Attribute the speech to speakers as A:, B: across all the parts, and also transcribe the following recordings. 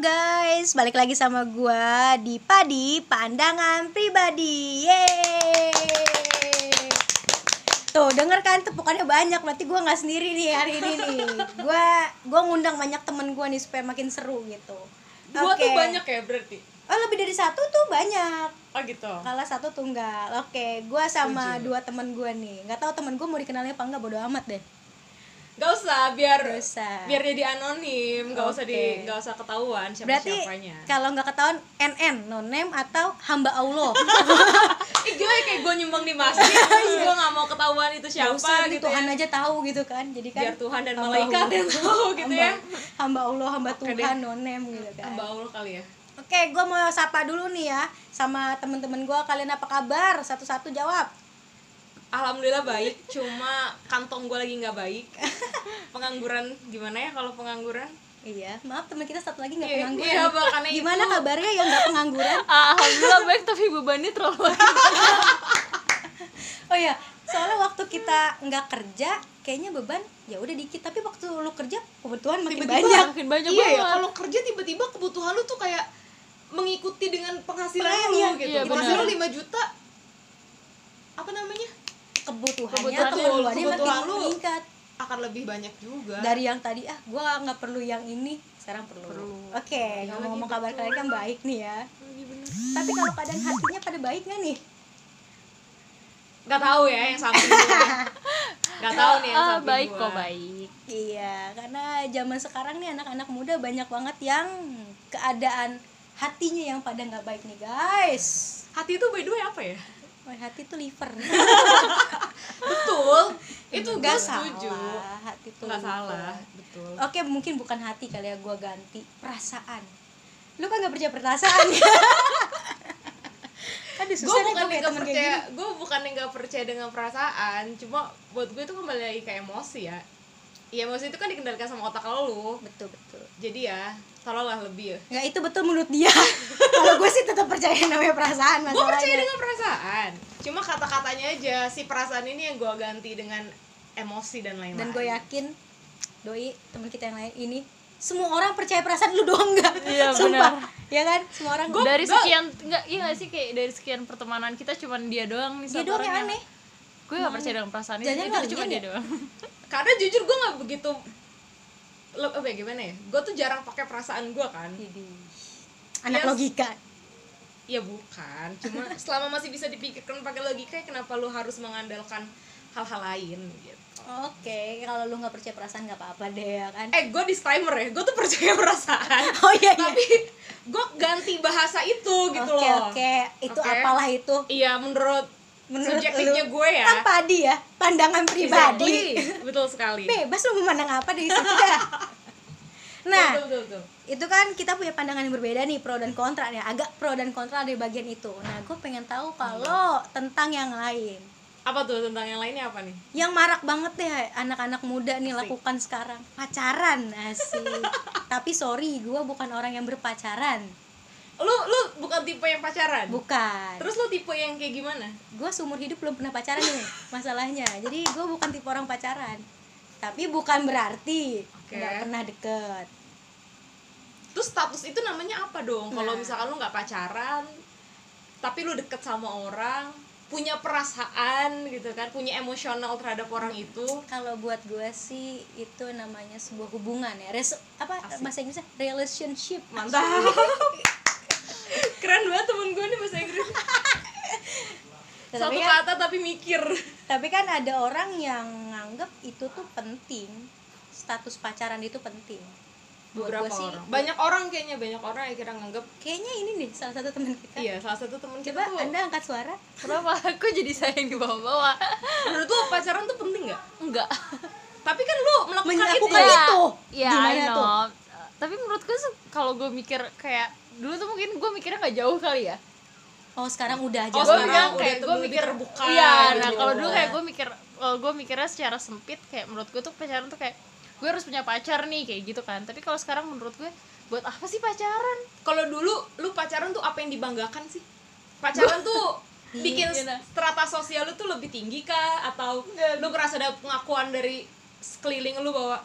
A: guys, balik lagi sama gua di Padi Pandangan Pribadi. Yeay. Tuh, denger kan tepukannya banyak, berarti gua nggak sendiri nih hari ini nih. Gua gua ngundang banyak temen gua nih supaya makin seru gitu.
B: Dua tuh
A: Oke.
B: banyak ya berarti.
A: Oh, lebih dari satu tuh banyak.
B: Oh gitu.
A: Kalah satu tunggal. Oke, gua sama dua temen gua nih. nggak tahu temen gua mau dikenalnya apa enggak bodo amat deh.
B: Gak usah biar
A: Nggak usah.
B: biar jadi anonim, gak usah di
A: Oke.
B: gak usah ketahuan siapa
A: Berarti
B: siapanya.
A: kalau nggak ketahuan NN, no name atau hamba Allah.
B: Ih gue kayak gue nyumbang di masjid, terus gue gak mau ketahuan itu
A: Nggak
B: siapa
A: usah, ini
B: gitu.
A: Tuhan aja tahu gitu kan. Jadi kan
B: Biar Tuhan dan
A: hamba
B: malaikat
A: Allah.
B: yang tahu gitu
A: hamba,
B: ya.
A: Hamba Allah, hamba
B: Oke
A: Tuhan, no name gitu kan.
B: Mbak Aul kali ya.
A: Oke, gue mau sapa dulu nih ya sama temen-temen gue. Kalian apa kabar? Satu-satu jawab.
B: Alhamdulillah baik, cuma kantong gue lagi nggak baik. Pengangguran gimana ya kalau pengangguran?
A: Iya, maaf teman kita satu lagi nggak
B: Iya,
A: pengangguran.
B: iya, makanya
A: Gimana kabarnya yang nggak pengangguran?
C: Alhamdulillah baik tapi bebannya terlalu banyak.
A: Oh ya, soalnya waktu kita nggak kerja, kayaknya beban ya udah dikit. Tapi waktu lu kerja, kebutuhan makin banyak.
C: makin banyak
B: iya ya
C: banget.
B: kalau kerja tiba-tiba kebutuhan lu tuh kayak mengikuti dengan penghasilan
A: Pengen,
B: lu
A: iya.
B: gitu
C: Iya,
B: penghasilan
C: benar.
B: lu 5 juta apa namanya
A: Kebutuhannya,
B: Kebutuhan lu,
A: keperluannya
B: kebutuhan
A: makin
B: lu.
A: meningkat.
B: akan lebih banyak juga
A: dari yang tadi ah gua nggak perlu yang ini sekarang perlu, oke
B: Iya,
A: ngomong-ngomong kabar kalian kan baik nih ya tapi kalau keadaan hatinya pada baik nggak nih
B: nggak tahu ya yang samping gue nggak tahu nih yang
C: Ah,
B: samping
C: baik
B: gua.
C: kok baik.
A: iya karena zaman sekarang nih anak-anak muda banyak banget yang keadaan hatinya yang pada nggak baik nih guys
B: hati itu by the way apa ya
A: Wah, hati tuh liver
B: betul itu gue
A: Nggak
B: setuju
A: salah hati tuh
B: nggak
A: liver.
B: salah betul
A: oke mungkin bukan hati kali ya gua ganti perasaan lu kan nggak percaya perasaan Aduh, susah
B: gue
A: nih
B: bukan
A: gua
B: yang
A: kayak
B: nggak
A: temen kayak
B: percaya
A: gini.
B: gue bukan yang nggak percaya dengan perasaan cuma buat gue itu kembali lagi ke emosi ya ya emosi itu kan dikendalikan sama otak lu
A: betul betul
B: jadi ya tolonglah lebih ya
A: Nggak itu betul menurut dia. Kalau gue sih tetap percaya namanya perasaan
B: gue percaya
A: masalahnya.
B: dengan perasaan cuma kata-katanya aja si perasaan ini yang gue ganti dengan emosi dan lain-lain
A: Dan ya- gue yakin doi teman kita yang lain ini semua orang percaya perasaan lu doang enggak?
C: Iya,
A: Sumpah. Ya kan? Semua orang
C: dari sekian enggak iya nggak sih kayak dari sekian pertemanan kita cuman dia doang nih
A: dia
C: satu
A: doang
C: orang
A: yang
C: yang-
A: aneh.
C: Gue gak percaya dengan perasaan itu,
A: Jangan
C: itu
A: larinya
C: cuma dia
A: dia.
C: doang.
B: karena jujur gue nggak begitu lo apa ya, gimana ya gue tuh jarang pakai perasaan gue kan
A: Anak
B: Yes.
A: logika.
B: ya bukan cuma selama masih bisa dipikirkan pakai logika ya kenapa lu harus mengandalkan hal-hal lain gitu
A: Oke, kalau lu nggak percaya perasaan nggak apa-apa deh ya kan.
B: eh gue disclaimer ya gue tuh percaya perasaan
A: Oh iya iya.
B: tapi gue ganti bahasa itu gitu
A: oke,
B: loh
A: oke. Itu
B: Oke.
A: apalah itu?
B: iya menurut
A: Menurut
B: subjektifnya
A: lu,
B: gue ya
A: Kan padi ya, pandangan pribadi.
B: Exactly. betul sekali
A: Bebas lu memandang apa dari situ dah. Nah,
B: betul, betul, betul.
A: itu kan kita punya pandangan yang berbeda nih pro dan kontra ya agak pro dan kontra di bagian itu nah gue pengen tahu kalau
B: Hmm.
A: tentang yang lain
B: apa tuh tentang yang lainnya apa nih
A: yang marak banget deh anak-anak muda nih lakukan sekarang pacaran asik tapi sorry gue bukan orang yang berpacaran
B: lu lu bukan tipe yang pacaran
A: bukan
B: terus lu tipe yang kayak gimana
A: gue seumur hidup belum pernah pacaran nih masalahnya jadi gue bukan tipe orang pacaran tapi bukan berarti
B: Oke.
A: nggak pernah deket
B: terus status itu namanya apa dong kalau
A: Nah.
B: misalkan lu nggak pacaran tapi lu deket sama orang punya perasaan gitu kan punya emosional terhadap orang itu
A: kalau buat gue sih itu namanya sebuah hubungan ya Res apa bahasa Inggrisnya relationship
B: mantap keren banget temen gue nih bahasa Inggris
A: tapi,
B: satu
A: kan,
B: kata tapi mikir
A: tapi kan ada orang yang nganggep itu tuh penting status pacaran itu penting buat
B: beberapa
A: gue sih
B: orang banyak orang kayaknya banyak orang yang kira nganggep
A: kayaknya ini nih salah satu teman kita
B: iya salah satu temen kita
A: coba
B: tuh
A: anda angkat suara
C: Kenapa aku jadi saya yang dibawa-bawa?
B: menurut lu pacaran tuh penting nggak
C: Enggak.
B: tapi kan lu melakukan itu
A: Melakukan
B: ya.
A: itu.
C: Ya,
A: Gimana
C: I know.
A: tuh?
C: Tapi menurutku sih kalau gue mikir kayak dulu tuh mungkin gue mikirnya nggak jauh kali ya.
A: oh sekarang udah aja
B: Oh,
C: gue
B: sekarang
C: bilang
B: udah
C: kayak
B: tuh
C: gue
B: lebih
C: mikir
B: terbuka
C: iya
B: gitu.
C: nah kalau dulu kayak gue mikir kalau gue mikirnya secara sempit kayak menurut gue tuh pacaran tuh kayak gue harus punya pacar nih kayak gitu kan tapi kalau sekarang menurut gue buat apa sih pacaran
B: kalau dulu lu pacaran tuh apa yang dibanggakan sih pacaran tuh bikin
C: Iya, nah.
B: strata sosial lu tuh lebih tinggi kah atau lu ngerasa ada pengakuan dari sekeliling lu bahwa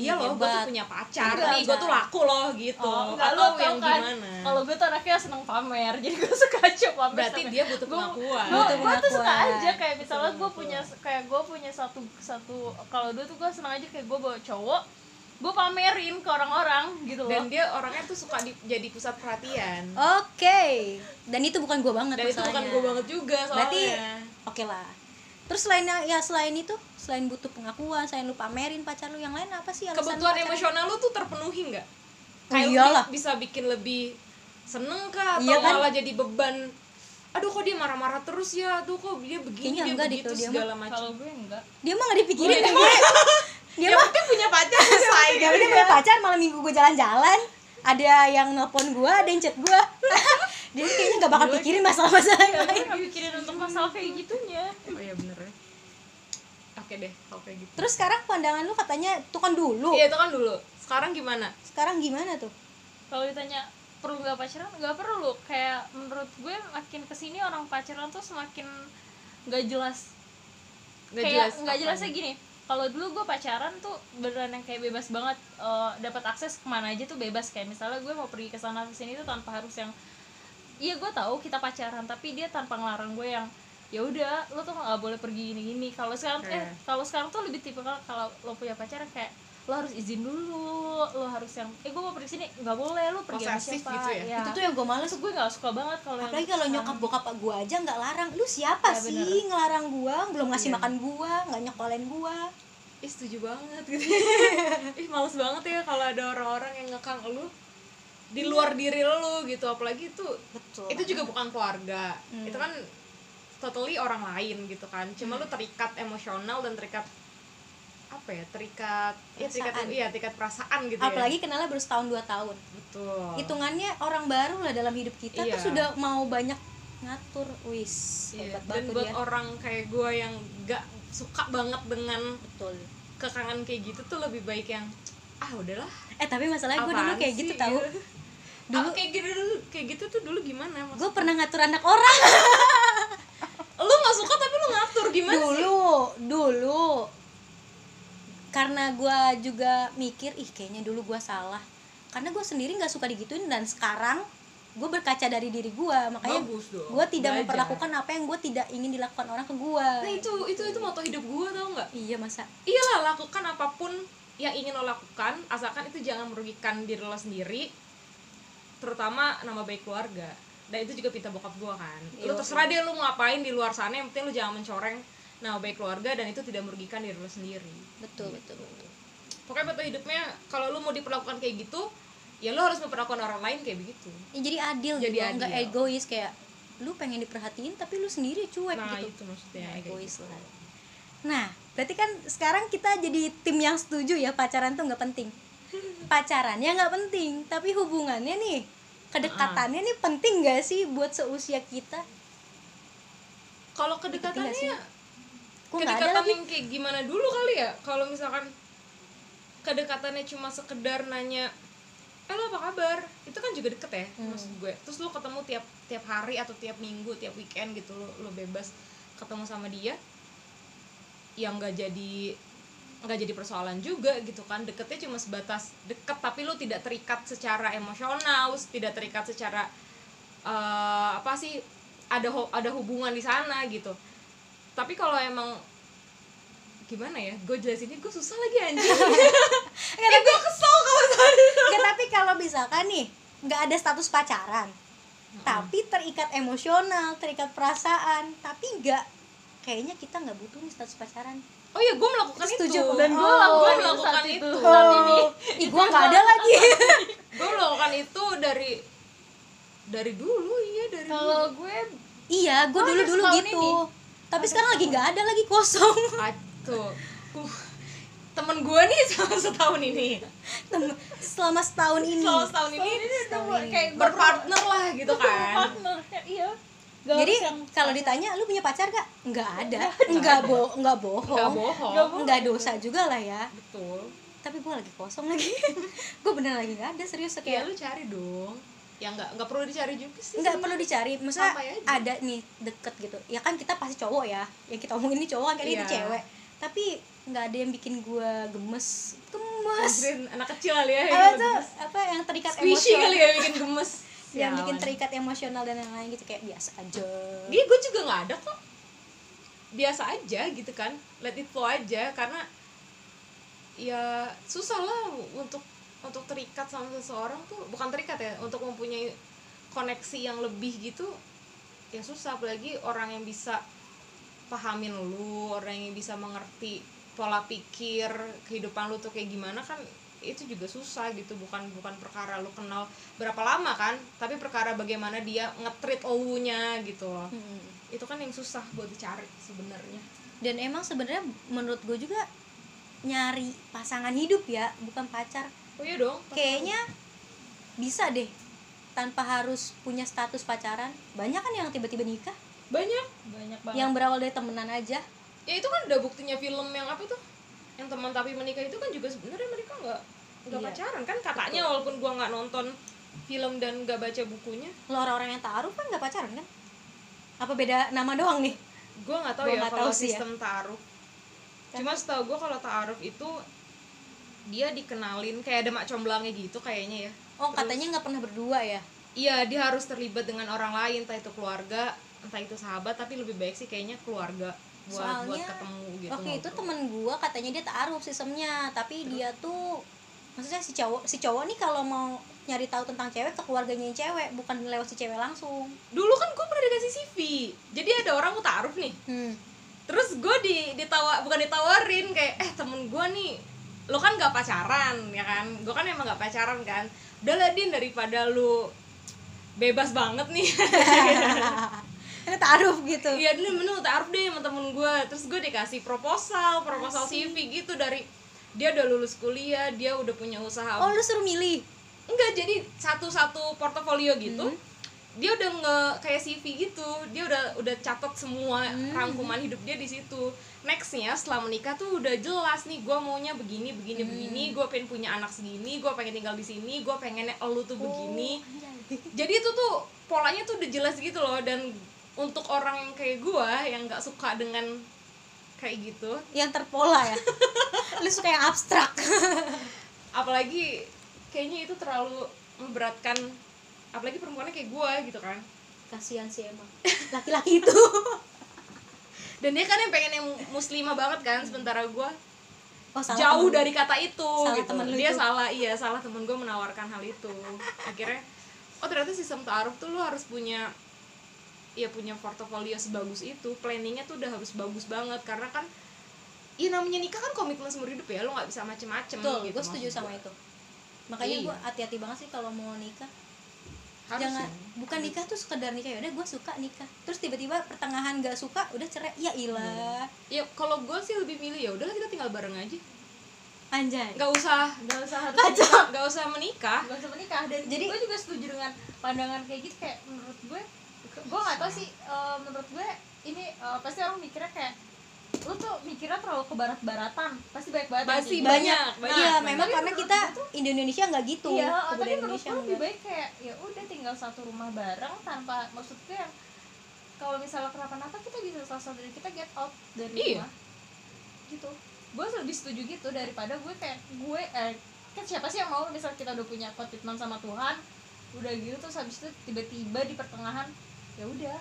B: iya loh gue tuh
A: Hebat.
B: punya pacar
C: Enggak,
B: nih gue tuh
C: enggak.
B: laku loh gitu
C: Oh, enggak
B: atau
C: lo tau
B: yang
C: kan
B: gimana
C: kalau gue tuh anaknya seneng pamer jadi gue suka aja pamer
B: berarti dia butuh pengakuan
A: Gua- Butuh
C: gue tuh suka
A: pengakuan.
C: aja kayak misalnya gue punya kayak gue punya satu satu kalau dulu tuh gue seneng aja kayak gue bawa cowok gue pamerin ke orang-orang gitu
B: dan
C: loh
B: dia orangnya tuh suka di- jadi pusat perhatian
C: Oh,
A: Oke. Dan itu bukan gue banget
B: dan itu bukan
A: masalahnya.
B: gue banget juga soalnya
A: Berarti oke lah. Terus selain ya selain itu, selain butuh pengakuan, selain lu pamerin pacar lu yang lain apa sih alasan
B: kebutuhan
A: lu pacaran?
B: emosional lu tuh terpenuhi nggak
A: Oh,
B: Kayak lu
A: iyalah.
B: bi- bisa bikin lebih seneng kah atau
A: Iya kan?
B: malah jadi beban aduh kok dia marah-marah terus ya aduh kok dia
A: Kayaknya
B: begini dia
A: Iya, enggak deh
B: begitu
A: kalau dia mah.
B: segala macam
C: kalau gue enggak
A: Dia mah gak dipikirin Iya, dia. dia mah
B: dia punya pacar selesai
A: dia udah punya pacar malam minggu gue jalan-jalan ada yang nelpon gue, ada yang chat gue dia kayaknya gak bakal pikirin masalah-masalah yang lain
C: gue nggak mikirin untuk masalah kayak gitunya
B: oh iya bener ya oke deh kalau kayak gitu
A: terus sekarang pandangan lu katanya itu kan dulu
B: iya itu kan dulu sekarang gimana
A: sekarang gimana tuh
C: kalau ditanya perlu nggak pacaran nggak perlu kayak menurut gue makin kesini orang pacaran tuh semakin nggak jelas
B: nggak
C: kayak
B: jelas
C: nggak
B: apa.
C: jelasnya gini kalau dulu gue pacaran tuh beneran yang kayak bebas banget eh, dapat akses kemana aja tuh bebas kayak misalnya gue mau pergi ke sana ke sini tuh tanpa harus yang iya gue tahu kita pacaran tapi dia tanpa ngelarang gue yang ya udah lo tuh nggak boleh pergi gini gini kalau sekarang eh
B: Oke.
C: kalau sekarang tuh lebih tipe kalau lo punya pacaran kayak lo harus izin dulu lo harus yang eh gue mau pergi sini nggak boleh lo pergi sama
B: Posesif
C: siapa
B: gitu ya?
A: itu tuh yang gue males
C: Terus gue nggak suka banget kalau yang
A: apalagi kalau
C: kesan.
A: nyokap bokap gue aja nggak larang lu siapa
C: Ya,
A: sih
C: bener.
A: ngelarang gue belum ngasih
B: Iya.
A: makan gue nggak nyekolin gue
B: ih setuju banget gitu ih males banget ya kalau ada orang-orang yang ngekang lu di luar diri lu gitu apalagi itu
A: betul Hmm.
B: itu juga bukan keluarga itu kan totally orang lain gitu kan cuma
A: Hmm.
B: lu terikat emosional dan terikat apa ya terikat ya terikat
A: Perasaan.
B: iya terikat perasaan gitu
A: apalagi
B: ya
A: kenalnya baru setahun dua tahun
B: betul
A: hitungannya orang baru lah dalam hidup kita
B: Oh. Iya.
A: tuh sudah mau banyak ngatur wis
B: Iya,
A: hebat
B: dan
A: banget tuh
B: buat
A: dia
B: orang kayak gue yang gak suka banget dengan
A: betul
B: kekangan kayak gitu tuh lebih baik yang ah udahlah
A: eh tapi masalahnya gue dulu
B: apaan
A: kayak
B: sih?"
A: gitu tahu
B: Ah,
A: dulu
B: kayak gitu dulu kayak gitu tuh dulu gimana
A: gue
B: maksud
A: pernah ngatur anak orang
B: lu nggak suka tapi lu ngatur gimana sih
A: dulu dulu karena gue juga mikir ih kayaknya dulu gue salah karena gue sendiri nggak suka digituin dan sekarang gue berkaca dari diri gue makanya
B: Bagus dong,
A: gue tidak
B: belajar.
A: memperlakukan apa yang gue tidak ingin dilakukan orang ke gue
B: nah itu itu itu moto hidup gue tau nggak
A: iya masa
B: iyalah lakukan apapun yang ingin lo lakukan asalkan itu jangan merugikan diri lo sendiri terutama nama baik keluarga dan itu juga pinta bokap gue kan
A: Iya,
B: lo terserah deh lo mau ngapain di luar sana yang penting lo jangan mencoreng nama baik keluarga dan itu tidak merugikan diri lo sendiri
A: betul betul, betul.
B: pokoknya moto hidupnya kalau lo mau diperlakukan kayak gitu ya lo harus memperlakukan orang lain kayak begitu
A: Ya, jadi adil
B: Jadi
A: gitu nggak
B: adil.
A: egois kayak lu pengen diperhatiin tapi lu sendiri cuek
B: nah
A: gitu
B: itu maksudnya
A: Nah,
B: kayak
A: egois
B: gitu.
A: lah. Nah, berarti kan sekarang kita jadi tim yang setuju ya pacaran tuh nggak penting. Pacarannya nggak penting, tapi hubungannya nih, kedekatannya
B: Nah.
A: nih penting nggak sih buat seusia kita?
B: kalau
A: Ngerti nggak
B: kedekatannya
A: Kok nggak ada
B: kedekatan
A: lagi?
B: yang kayak gimana dulu kali ya kalau misalkan kedekatannya cuma sekedar nanya eh lo apa kabar itu kan juga deket ya
A: Hmm.
B: maksud gue terus lo ketemu tiap tiap hari atau tiap minggu tiap weekend gitu lo, lo bebas ketemu sama dia yang nggak jadi nggak jadi persoalan juga gitu kan deketnya cuma sebatas deket tapi lo tidak terikat secara emosional tidak terikat secara eh, apa sih ada ho- ada hubungan di sana gitu tapi kalau emang gimana ya gue jelasinnya gue susah lagi anjing
A: Nggak,
B: eh gue kesel kalau tadi
A: Nggak, tapi kalau misalkan nih, nggak ada status pacaran,
B: Hmm.
A: tapi terikat emosional, terikat perasaan, tapi nggak kayaknya kita nggak butuh nih status pacaran.
B: oh iya gue melakukan
A: Setuju,
B: itu
A: dan
C: gue
B: Oh,
C: lakukan itu
B: melakukan
C: saat
B: itu,
C: itu. Saat ini.
B: Oh,
A: ih
B: kan
A: gua nggak ada lagi.
B: gue melakukan itu dari dari dulu iya dari dulu
C: kalau gue
A: iya, gue
C: Oh,
A: dulu dulu
C: setahun
A: gitu.
C: ini.
A: Tapi sekarang lagi nggak ada lagi kosong.
B: Aduh, Gua- temen gue nih selama setahun ini
A: Tem- selama setahun ini
B: selama setahun ini
C: udah buat kayak gue
B: berpartner lah gitu kan
C: partner iya Gak
A: jadi
C: harus yang
A: kalau ditanya lu punya pacar gak nggak ada nggak bo nggak
B: nggak
A: bohong
B: bohong
A: nggak dosa juga lah ya
B: betul
A: tapi gue lagi kosong lagi gue bener lagi nggak ada serius
B: ya
A: kayak
B: lu cari dong ya nggak nggak perlu dicari juga sih
A: nggak perlu dicari maksudnya
B: Santai aja.
A: ada nih deket gitu ya kan kita pasti cowok ya yang kita omongin ini cowok kan kali ini
B: Iya.
A: cewek tapi nggak ada yang bikin gue gemes gemes gemes
B: Anjrin, anak kecil kali ya
A: apa
B: yang
A: tuh apa yang terikat
B: squishy
A: emosional
B: kali ya bikin gemes
A: yang bikin
C: Sialan.
A: terikat emosional dan yang lain gitu kayak biasa aja
B: dia gue Iya, juga nggak ada kok biasa aja gitu kan let it flow aja karena ya susah lah untuk untuk terikat sama seseorang tuh bukan terikat ya untuk mempunyai koneksi yang lebih gitu ya susah apalagi orang yang bisa pahamin lu orang yang bisa mengerti pola pikir kehidupan lu tuh kayak gimana kan itu juga susah gitu bukan bukan perkara lu kenal berapa lama kan tapi perkara bagaimana dia ngetrit nya gitu loh
A: Mm.
B: itu kan yang susah buat dicari sebenarnya
A: dan emang sebenarnya menurut gue juga nyari pasangan hidup ya bukan pacar
B: oh iya dong pas-
A: kayaknya bisa deh tanpa harus punya status pacaran banyak kan yang tiba-tiba nikah
B: banyak
C: banyak banget
A: yang berawal dari temenan aja
B: ya itu kan udah buktinya film yang apa tuh yang teman tapi menikah itu kan juga sebenarnya mereka nggak nggak
A: Iya.
B: pacaran kan katanya walaupun gua nggak nonton film dan nggak baca bukunya
A: lo orang-orang yang taruh kan nggak pacaran kan apa beda nama doang nih
B: gua nggak tahu
A: Gua
B: ya
A: nggak
B: kalau
A: tahu sih ya.
B: sistem taruh cuma setahu gua kalau taruh itu dia dikenalin kayak ada mak comblangnya gitu kayaknya ya
A: oh katanya nggak pernah berdua ya
B: Iya, dia harus terlibat dengan orang lain, entah itu keluarga, entah itu sahabat, tapi lebih baik sih kayaknya keluarga buat buat
A: Soalnya,
B: ketemu gitu.
A: Oke itu
B: ngobrol.
A: temen gua katanya dia taruh sistemnya tapi dia tuh maksudnya si cowok si cowok nih kalau mau nyari tahu tentang cewek ke keluarganya yang cewek bukan lewat si cewek langsung
B: Dulu kan gue pernah dikasih CV. Jadi ada orang mau taruh nih.
A: hmm.
B: Terus gue di ditawa bukan ditawarin kayak eh temen gue nih lo kan gak pacaran ya kan gue kan emang gak pacaran kan udah lah din daripada lu bebas banget nih
A: ada taruh gitu
B: Iya dulu menu taruh deh sama temen gue Terus gue dikasih proposal, proposal CV gitu dari Dia udah lulus kuliah, dia udah punya usaha
A: oh lu suruh milih
B: Enggak, jadi satu-satu portofolio gitu Dia udah nge kayak CV gitu Dia udah udah catat semua rangkuman hidup dia di situ Nextnya setelah menikah tuh udah jelas nih Gue maunya begini, begini, begini Gue pengen punya anak segini, gue pengen tinggal di sini Gue pengennya elu tuh begini
A: Iya.
B: jadi itu tuh polanya tuh udah jelas gitu loh dan untuk orang yang kayak gua yang nggak suka dengan kayak gitu
A: yang terpola ya lu suka yang abstrak
B: apalagi kayaknya itu terlalu memberatkan apalagi perempuannya kayak gua gitu kan
A: kasihan sih emang laki-laki itu
B: dan dia kan yang pengen yang muslimah banget kan sementara gua
A: oh salah
B: jauh
A: temen.
B: dari kata itu
A: Salah
B: gitu.
A: temen lu
B: dia
A: itu.
B: salah iya salah temen gue menawarkan hal itu akhirnya oh ternyata sistem taaruf tuh lu harus punya ya punya portofolio sebagus itu planningnya tuh udah harus bagus banget karena kan Iya namanya nikah kan komitmen seumur hidup ya, lo gak bisa macem-macem
A: betul
B: gitu
A: gue setuju
B: maksud
A: sama
B: gua.
A: itu makanya
B: Iya.
A: gua hati-hati banget sih kalau mau nikah
B: Harus
A: jangan
B: sih.
A: bukan nikah tuh sekedar nikah ya udah gue suka nikah terus tiba-tiba pertengahan gak suka udah cerai ya ilah
B: Ya kalau gue sih lebih milih ya udahlah kita tinggal bareng aja
A: anjay
B: Gak usah,
C: nggak usah harus
B: gak usah menikah
C: nggak usah menikah dan
A: Jadi-
C: gue juga setuju dengan pandangan kayak gitu kayak menurut gue gue nggak tau sih eh, menurut gue ini eh, pasti orang mikirnya kayak lu tuh mikirnya terlalu ke barat-baratan pasti banyak banget yang
B: Masih
C: kayak
B: banyak, banyak.
A: iya
B: Nah,
A: memang
C: tapi
A: karena
C: menurut
A: kita
C: gua tuh-
A: Indonesia nggak gitu
C: Iya, tapi
A: kebudayaan
C: menurut
A: Indonesia
C: gue lebih
A: nggak.
C: baik kayak ya udah tinggal satu rumah bareng tanpa maksudnya yang kalau misalnya kenapa-napa kita bisa salah satu dari kita get out dari
B: Iya.
C: rumah gitu gue lebih setuju gitu daripada gue kayak gue eh, kan siapa sih yang mau misal kita udah punya komitmen sama Tuhan udah gitu terus habis itu tiba-tiba di pertengahan ya udah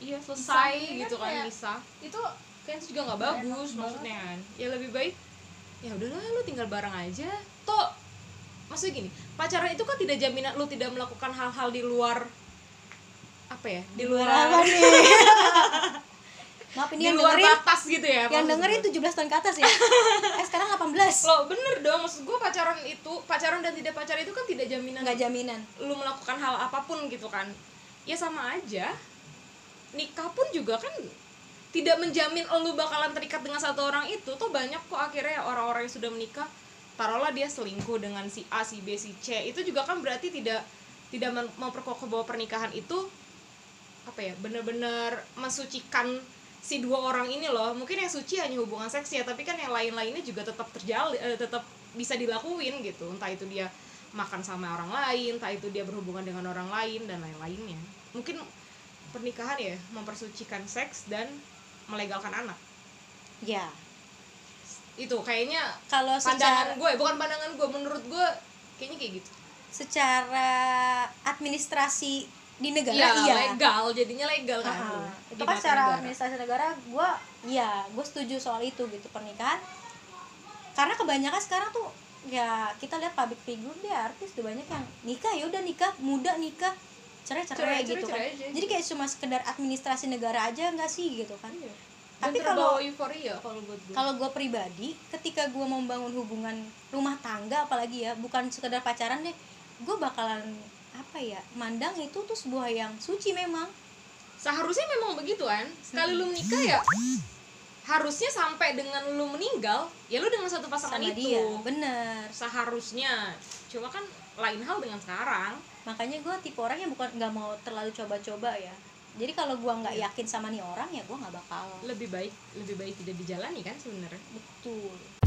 B: Iya selesai
C: Bisa,
B: gitu
C: kan
B: kan
C: kayak-
B: bisa
C: itu
B: kan itu juga nggak
C: Nggak
B: bagus
C: enak
B: maksudnya kan ya lebih baik ya udahlah lu tinggal bareng aja toh maksudnya gini pacaran itu kan tidak jaminan lu tidak melakukan hal-hal di luar apa ya di luar
A: apa nih maaf ini
B: di
A: yang
B: luar
A: dengerin
B: batas gitu ya
A: yang
B: maksud
A: dengerin
B: gue.
A: 17 tahun ke atas ya eh sekarang 18
B: lo bener dong maksud gue pacaran itu pacaran dan tidak pacaran itu kan tidak jaminan
A: nggak jaminan
B: lu melakukan hal apapun gitu kan ya sama aja nikah pun juga kan tidak menjamin lu bakalan terikat dengan satu orang itu tuh banyak kok akhirnya ya orang-orang yang sudah menikah taruhlah dia selingkuh dengan si A si B si C itu juga kan berarti tidak tidak mem- memperkokoh bahwa pernikahan itu apa ya bener-bener mensucikan si dua orang ini loh mungkin yang suci hanya hubungan seks ya tapi kan yang lain-lainnya juga tetap terjalin eh, tetap bisa dilakuin gitu entah itu dia makan sama orang lain entah itu dia berhubungan dengan orang lain dan lain-lainnya mungkin pernikahan ya
A: Iya.
B: mempersucikan seks dan melegalkan anak
A: ya
B: itu kayaknya
A: Kalau secara
B: pandangan gue bukan pandangan gue menurut gue kayaknya kayak gitu
A: secara administrasi di negara
B: Iya,
A: iya.
B: legal jadinya legal kan
A: Ah,
B: lu.
A: itu
B: Di
A: kan
B: mata
A: secara
B: negara.
A: administrasi negara gue ya gue setuju soal itu gitu pernikahan karena kebanyakan sekarang tuh ya kita lihat public figure deh artis tuh banyak yang nikah ya udah nikah muda nikah cerai
B: Cerai,
A: cerai gitu
B: cerai,
A: kan
B: cerai aja.
A: jadi kayak cuma sekedar administrasi negara aja nggak sih gitu kan
B: Iya.
A: tapi
B: Dan
A: kalau-
B: terbawa euforia kalau buat gue
A: kalau gue pribadi ketika gue mau membangun hubungan rumah tangga apalagi ya bukan sekedar pacaran deh gue bakalan apa ya mandang itu tuh sebuah yang suci memang
B: seharusnya memang begitu kan sekali lu menikah ya harusnya sampai dengan lu meninggal ya lu dengan satu pasangan
A: sama
B: itu
A: dia bener
B: seharusnya cuma kan lain hal dengan sekarang
A: makanya gue tipe orang yang bukan nggak mau terlalu coba-coba ya jadi kalau gue nggak yakin sama nih orang ya gue nggak bakal
B: lebih baik lebih baik tidak dijalani kan sebenarnya
A: betul